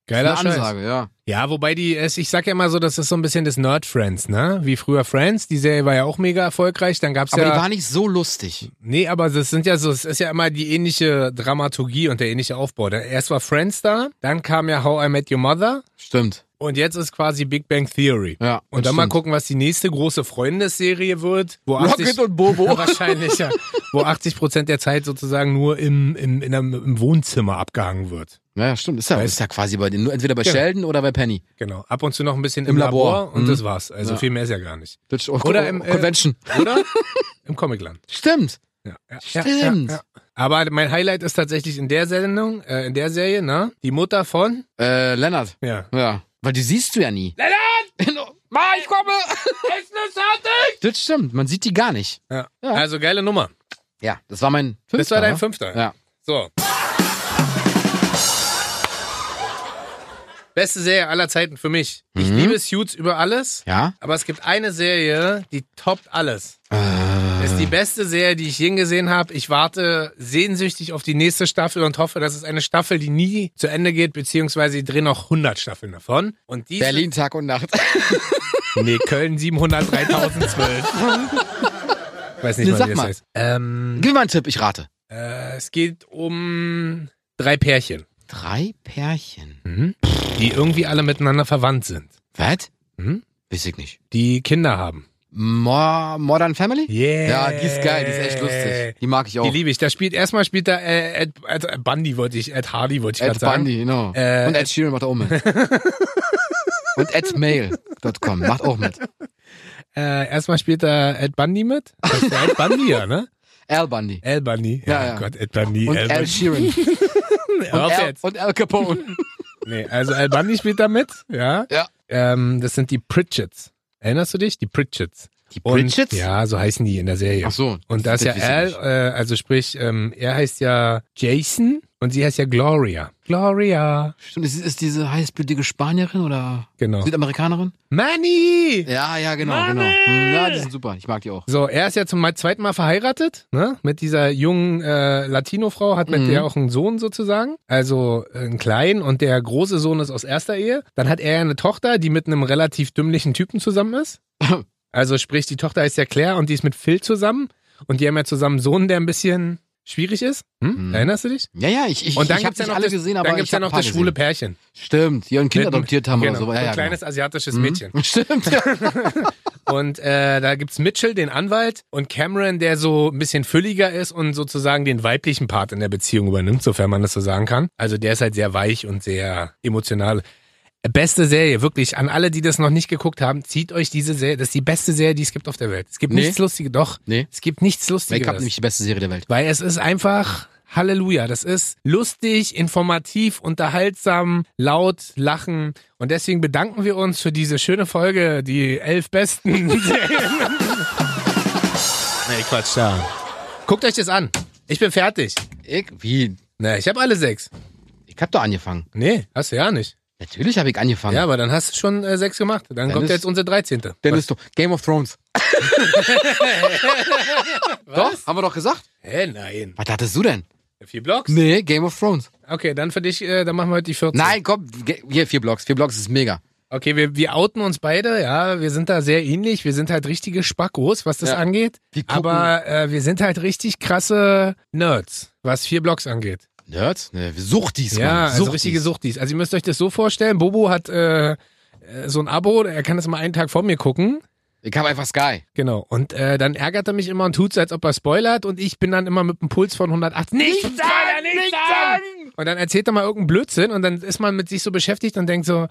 S2: Geiler
S1: ne? Eine
S2: Scheiß.
S1: Ansage, ja.
S2: Ja, wobei die, es- ich sag ja immer so, das ist so ein bisschen das Nerd-Friends, ne? Wie früher Friends, die Serie war ja auch mega erfolgreich, dann gab's
S1: Aber
S2: ja...
S1: die war nicht so lustig.
S2: nee, aber das sind ja so, es ist ja immer die ähnliche Dramaturgie und der ähnliche Aufbau. Da- Erst war Friends da, dann kam ja How I Met Your Mother
S1: Stimmt.
S2: und jetzt ist quasi Big Bang Theory.
S1: Ja.
S2: Und
S1: das
S2: dann mal
S1: stimmt.
S2: gucken, was die nächste große Freundesserie wird, wo 80,
S1: Rocket und Bobo.
S2: wahrscheinlich, ja, wo 80 Prozent der Zeit sozusagen nur im, im, in einem, im Wohnzimmer abgehangen wird.
S1: Ja, stimmt. Ist ja,
S2: Weißt-
S1: ist ja quasi bei den, nur entweder bei
S2: Genau.
S1: Sheldon oder bei Penny.
S2: Genau. Ab und zu noch ein bisschen im,
S1: Im
S2: Labor,
S1: Labor.
S2: und
S1: Mhm.
S2: das war's. Also
S1: Ja.
S2: viel mehr ist ja gar nicht.
S1: Bitch,
S2: Oder im, äh,
S1: Oh, Convention.
S2: Oder? Im Comicland.
S1: Stimmt.
S2: Ja. Ja,
S1: Stimmt.
S2: Aber mein Highlight ist tatsächlich in der Sendung, äh, in der Serie, ne? Die Mutter von.
S1: Äh, Lennart.
S2: Ja.
S1: Ja. Weil die siehst du ja nie. Lennart! Ma, ich komme! Das stimmt, man sieht die gar nicht.
S2: ja.
S1: Ja.
S2: Also geile Nummer.
S1: Ja, das war mein fünfter.
S2: Das war dein
S1: ne?
S2: fünfter.
S1: Ja.
S2: So. Beste Serie aller Zeiten für mich. Ich liebe Suits über alles.
S1: Mhm. Ja?
S2: Aber es gibt eine Serie, die toppt alles.
S1: Ah.
S2: Das ist die beste Serie, die ich je gesehen habe. Ich warte sehnsüchtig auf die nächste Staffel und hoffe, das ist eine Staffel, die nie zu Ende geht, beziehungsweise die drehen noch 100 Staffeln davon. Und diese,
S1: Berlin Tag und Nacht.
S2: Nee, Köln 700, 3012. Weiß nicht
S1: Nee,
S2: mal,
S1: sag
S2: wie das
S1: mal.
S2: heißt. Ähm,
S1: Gib mir mal einen Tipp, ich rate.
S2: äh, es geht um drei Pärchen,
S1: Drei Pärchen.
S2: die irgendwie alle miteinander verwandt sind,
S1: Was?
S2: Hm?
S1: Weiß ich nicht.
S2: die Kinder haben.
S1: Mo Modern Family?
S2: Yeah.
S1: Ja, die ist geil, die ist echt lustig. Die mag ich
S2: Die
S1: auch.
S2: liebe ich. Da spielt erstmal spielt da äh, Ed, Ed, Ed Bundy, wollte ich, Ed Hardy wollte ich gerade
S1: Ed
S2: sagen.
S1: Bundy, genau.
S2: Äh,
S1: und Ed Sheeran macht auch mit. und atmail.com macht auch mit.
S2: Äh, erstmal spielt da Ed Bundy mit. Das ist der Ed Bundy, ja, ne?
S1: Al Bundy.
S2: Al Bundy.
S1: Ja, ja.
S2: Gott, Ed Bundy.
S1: Und
S2: Al
S1: Al
S2: Bundy.
S1: Sheeran.
S2: Hör auf
S1: Al,
S2: jetzt.
S1: und Al Capone.
S2: Nee, also Al Bundy spielt da mit, ja.
S1: Ja.
S2: Ähm, das sind die Pritchetts. Erinnerst du dich? Die Pritchetts.
S1: Die
S2: Und-
S1: Pritchetts?
S2: Ja, so heißen die in der Serie.
S1: Ach so.
S2: Und da ist ja
S1: Das wissen
S2: Al,
S1: nicht.
S2: äh, also sprich, ähm, er heißt ja Jason und sie heißt ja Gloria. Gloria.
S1: Stimmt, ist, ist diese heißblütige Spanierin oder
S2: Genau.
S1: Südamerikanerin?
S2: Manny!
S1: Ja, ja, genau,
S2: Mami!
S1: genau. Hm, Ja, die sind super. Ich mag die auch.
S2: So, er ist ja zum zweiten Mal verheiratet, ne? Mit dieser jungen äh, Latino-Frau, hat mit
S1: Mhm.
S2: der auch einen Sohn sozusagen. Also äh, einen kleinen und der große Sohn ist aus erster Ehe. Dann hat er ja eine Tochter, die mit einem relativ dümmlichen Typen zusammen ist.
S1: Hm?
S2: Also sprich, die Tochter heißt ja Claire und die ist mit Phil zusammen. Und die haben ja zusammen einen Sohn, der ein bisschen schwierig ist. Hm?
S1: Mhm.
S2: Erinnerst du dich?
S1: Ja, ja, ich, ich,
S2: Und dann
S1: ich habe
S2: gibt's ja
S1: nicht
S2: noch
S1: alle
S2: das,
S1: gesehen, aber
S2: dann
S1: ich
S2: gibt's ja
S1: hab
S2: noch
S1: ein paar
S2: das schwule
S1: gesehen.
S2: Pärchen.
S1: Stimmt, die ein Kind
S2: Mit-
S1: adoptiert haben
S2: genau,
S1: oder so.
S2: so
S1: Ja, Mhm.
S2: ein
S1: ja,
S2: kleines asiatisches
S1: genau.
S2: Mädchen.
S1: Hm? Stimmt. Ja.
S2: Und äh, da gibt's Mitchell, den Anwalt, und Cameron, der so ein bisschen fülliger ist und sozusagen den weiblichen Part in der Beziehung übernimmt, sofern man das so sagen kann. Also der ist halt sehr weich und sehr emotional. Beste Serie, wirklich. An alle, die das noch nicht geguckt haben, zieht euch diese Serie. Das ist die beste Serie, die es gibt auf der Welt. Es gibt
S1: Nee.
S2: nichts Lustiges, doch.
S1: Nee.
S2: Es gibt nichts
S1: Make-up
S2: Lustiges.
S1: nämlich die beste Serie der Welt.
S2: Weil es ist einfach Halleluja. Das ist lustig, informativ, unterhaltsam, laut, lachen. Und deswegen bedanken wir uns für diese schöne Folge, die elf besten Serien. nee, Quatsch, da. Guckt euch das an. Ich bin fertig.
S1: Ich, wie?
S2: Ne, ich habe alle sechs.
S1: Ich hab doch angefangen.
S2: Nee, hast du ja nicht.
S1: Natürlich habe ich angefangen.
S2: Ja, aber dann hast du schon äh, sechs gemacht. Dann kommt
S1: ist-
S2: jetzt unsere 13.
S1: Dann ist doch Game of Thrones.
S2: Was?
S1: Doch, haben wir doch gesagt.
S2: Hä, nein.
S1: Was hattest du denn?
S2: Vier Blocks?
S1: Nee, Game of Thrones.
S2: Okay, dann für dich, äh, dann machen wir heute die 14.
S1: Nein, komm, ge- hier vier Blocks. Vier Blocks ist mega.
S2: Okay, wir, wir outen uns beide, ja, wir sind da sehr ähnlich, wir sind halt richtige Spackos, was das
S1: Ja.
S2: angeht,
S1: Die gucken-
S2: aber äh, wir sind halt richtig krasse Nerds, was vier Blogs angeht.
S1: Nerds? Ne, Suchtis,
S2: Ja,
S1: Mann.
S2: also richtige Suchtis. Also ihr müsst euch das so vorstellen, Bobo hat äh, äh, so ein Abo, er kann das mal einen Tag vor mir gucken.
S1: Ich habe einfach Sky.
S2: Genau, und äh, dann ärgert er mich immer und tut's, als ob er spoilert und ich bin dann immer mit einem Puls von 108. Nicht sagen, nicht sagen! Und dann erzählt er mal irgendeinen Blödsinn und dann ist man mit sich so beschäftigt und denkt so,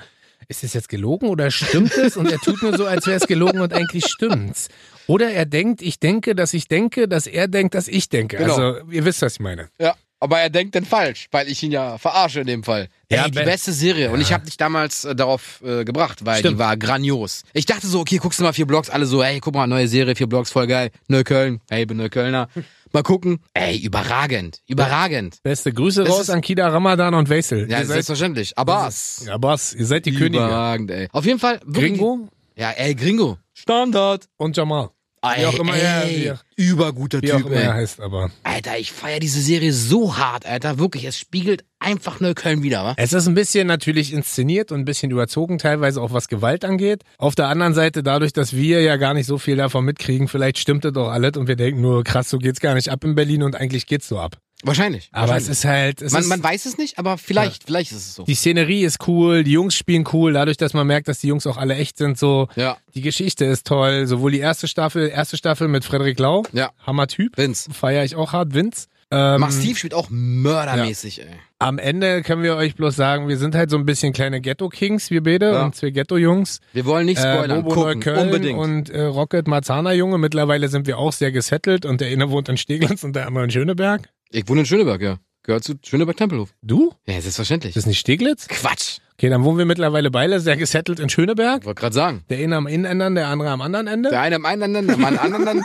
S2: ist das jetzt gelogen oder stimmt es? Und er tut nur so, als wäre es gelogen und eigentlich stimmt's. Oder er denkt, ich denke, dass ich denke, dass er denkt, dass ich denke.
S1: Genau.
S2: Also, ihr wisst, was ich meine.
S1: Ja. Aber er denkt dann falsch, weil ich ihn ja verarsche in dem Fall. Ey,
S2: Ja,
S1: die
S2: Ben-
S1: beste Serie. Und ich habe dich damals äh, darauf äh, gebracht, weil
S2: Stimmt.
S1: die war grandios. Ich dachte so, okay, guckst du mal vier Blogs, alle so, hey, guck mal, neue Serie, vier Blogs, voll geil. Neukölln, hey, bin Neuköllner. Mal gucken. Ey, überragend. Überragend.
S2: Beste Grüße
S1: Das
S2: raus
S1: ist-
S2: an Kida Ramadan und Weissel.
S1: Ja,
S2: ihr seid,
S1: selbstverständlich. Abbas.
S2: ja, Boss, ihr seid die Könige.
S1: Überragend, ey. Auf jeden Fall. wirklich-
S2: Gringo
S1: Ja, ey, Gringo. Standard.
S2: und Jamal.
S1: Ey,
S2: Wie auch immer er-
S1: ey,
S2: wie auch-
S1: überguter
S2: Wie auch
S1: Typ,
S2: immer
S1: ey.
S2: er heißt, aber.
S1: Alter, ich feier diese Serie so hart, Alter. Wirklich, es spiegelt einfach Neukölln wieder, wa?
S2: Es ist ein bisschen natürlich inszeniert und ein bisschen überzogen, teilweise auch was Gewalt angeht. Auf der anderen Seite, dadurch, dass wir ja gar nicht so viel davon mitkriegen, vielleicht stimmt das auch alles und wir denken nur, krass, so geht's gar nicht ab in Berlin und eigentlich geht's so ab.
S1: Wahrscheinlich.
S2: Aber es
S1: wahrscheinlich.
S2: ist halt, es
S1: man,
S2: ist,
S1: man weiß es nicht, aber vielleicht, vielleicht ist es so.
S2: die Szenerie ist cool, die Jungs spielen cool, dadurch, dass man merkt, dass die Jungs auch alle echt sind, so.
S1: Ja.
S2: Die Geschichte ist toll, sowohl die erste Staffel, erste Staffel mit Frederik Lau,
S1: Ja.
S2: Hammer-Typ,
S1: Vince.
S2: feiere ich auch hart, Vince. Ähm,
S1: Massiv spielt auch mördermäßig, ey.
S2: Am Ende können wir euch bloß sagen, wir sind halt so ein bisschen kleine Ghetto-Kings, wir beide,
S1: Ja.
S2: und zwei Ghetto-Jungs.
S1: Wir wollen nicht spoilern.
S2: äh, Bobo
S1: gucken,
S2: Neukölln
S1: unbedingt.
S2: und äh, Rocket Marzahner Junge. Mittlerweile sind wir auch sehr gesettelt und der eine wohnt in Steglitz und der andere in Schöneberg.
S1: ich wohne in Schöneberg, ja. Gehört zu Schöneberg-Tempelhof.
S2: Du?
S1: Ja, selbstverständlich.
S2: Ist das nicht Steglitz?
S1: Quatsch.
S2: Okay, dann wohnen wir mittlerweile beide sehr gesettelt in Schöneberg.
S1: Wollte gerade sagen.
S2: Der eine am Innenenden, der andere am anderen Ende.
S1: Der eine am einen Ende, der Mann am anderen.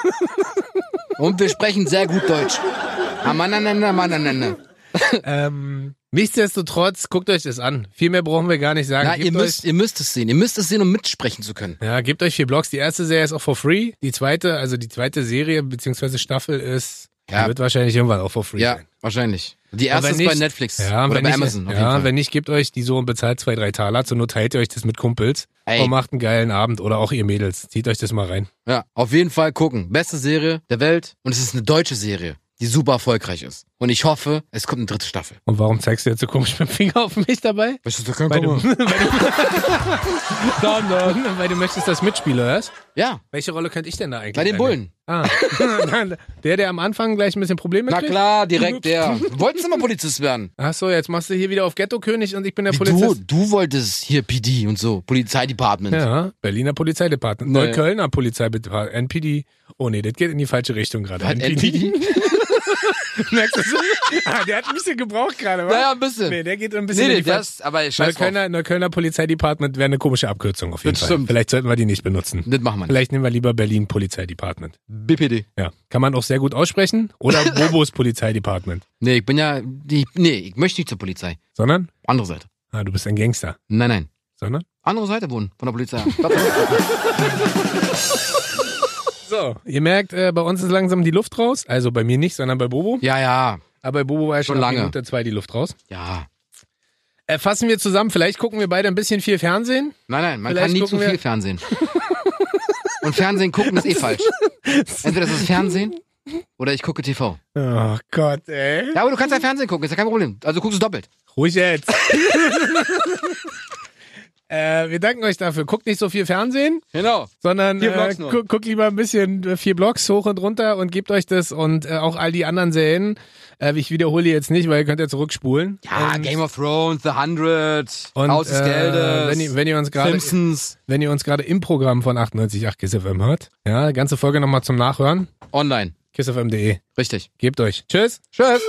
S1: Und wir sprechen sehr gut Deutsch. Am anderen Ende, am anderen Ende.
S2: Ähm, nichtsdestotrotz, guckt euch das an. Viel mehr brauchen wir gar nicht sagen.
S1: Na, ihr
S2: Gebt euch-
S1: müsst, ihr müsst es sehen. Ihr müsst es sehen, um mitsprechen zu können.
S2: Ja, gebt euch vier Blogs. Die erste Serie ist auch for free. Die zweite, also die zweite Serie bzw. Staffel ist,
S1: Ja.
S2: wird wahrscheinlich irgendwann auch for free
S1: Ja,
S2: sein.
S1: wahrscheinlich. Die
S2: Und
S1: erste
S2: wenn
S1: ist bei
S2: nicht-
S1: Netflix
S2: Ja,
S1: oder
S2: wenn
S1: bei
S2: nicht,
S1: Amazon. Auf jeden
S2: ja,
S1: Fall.
S2: wenn nicht, gebt euch die so und bezahlt zwei, drei Taler. Zur Not teilt ihr euch das mit Kumpels
S1: Ey.
S2: und macht einen geilen Abend oder auch ihr Mädels. Zieht euch das mal rein.
S1: ja, auf jeden Fall gucken. Beste Serie der Welt und es ist eine deutsche Serie, die super erfolgreich ist. Und ich hoffe, es kommt eine dritte Staffel.
S2: Und warum zeigst du jetzt so komisch mit dem Finger auf mich dabei?
S1: Weißt du, da kann
S2: Weil du, weil, du, weil du möchtest, dass Mitspieler hörst.
S1: Ja,
S2: Welche Rolle könnte ich denn da eigentlich?
S1: bei den
S2: einnehmen?
S1: Bullen.
S2: Ah. der, der am Anfang gleich ein bisschen Probleme
S1: Na
S2: kriegt?
S1: klar, direkt der. Wolltest du mal Polizist werden?
S2: Ach so, jetzt machst du hier wieder auf Ghetto-König und ich bin der
S1: Wie
S2: Polizist.
S1: Du, du wolltest hier PD und so, Polizeidepartment.
S2: Ja, Berliner Polizeidepartement.
S1: Nee.
S2: Neuköllner Polizeidepartement. NPD. Oh nee, das geht in die falsche Richtung gerade.
S1: Hat NPD?
S2: Merkst du das? ah, der hat ein bisschen gebraucht gerade, wa?
S1: Naja, ein bisschen.
S2: Nee, der geht ein bisschen
S1: Nee,
S2: in
S1: nee,
S2: die falsche
S1: das, aber scheiß drauf.
S2: Neuköllner, Neuköllner Polizeidepartement wäre eine komische Abkürzung auf jeden
S1: Das
S2: Fall.
S1: stimmt.
S2: Vielleicht sollten wir die nicht benutzen.
S1: Das machen wir nicht.
S2: Vielleicht nehmen wir lieber Berlin Polizeidepartement.
S1: BPD.
S2: Ja, kann man auch sehr gut aussprechen. Oder Bobos Polizeidepartement.
S1: Nee, ich bin ja, die, nee, ich möchte nicht zur Polizei.
S2: Sondern?
S1: Andere Seite.
S2: Ah, du bist ein Gangster.
S1: Nein, nein.
S2: Sondern?
S1: Andere Seite wohnen von der Polizei.
S2: So, ihr merkt, äh, bei uns ist langsam die Luft raus. Also bei mir nicht, sondern bei Bobo.
S1: ja, ja,
S2: Aber bei Bobo war ja schon,
S1: Schon
S2: nach
S1: lange.
S2: Minute zwei die Luft raus.
S1: ja.
S2: Äh, fassen wir zusammen, vielleicht gucken wir beide ein bisschen viel Fernsehen.
S1: Nein, nein, man
S2: Vielleicht
S1: kann nie zu
S2: gucken
S1: viel
S2: wir-
S1: Fernsehen. Und Fernsehen gucken ist eh falsch. Entweder das ist Fernsehen oder ich gucke TV.
S2: Oh Gott, ey.
S1: Ja, aber du kannst ja Fernsehen gucken, ist ja kein Problem. Also guckst du es doppelt.
S2: Ruhig jetzt. Äh, wir danken euch dafür. Guckt nicht so viel Fernsehen,
S1: Genau.
S2: sondern
S1: Vier
S2: äh,
S1: Blogs nur.
S2: gu guckt lieber ein bisschen äh, vier Blogs hoch und runter und gebt euch das und äh, auch all die anderen Serien. Äh, ich wiederhole die jetzt nicht, weil ihr könnt ja zurückspulen.
S1: Ja,
S2: und,
S1: Game of Thrones, The 100,
S2: und,
S1: Haus des
S2: äh,
S1: Geldes,
S2: Wenn ihr, wenn ihr uns gerade
S1: Simpsons,
S2: wenn ihr uns gerade im Programm von 98.8 KissFM hört, ja, ganze Folge nochmal zum Nachhören.
S1: online.
S2: KissFM.de.
S1: Richtig.
S2: E. Gebt euch. Tschüss.
S1: Tschüss.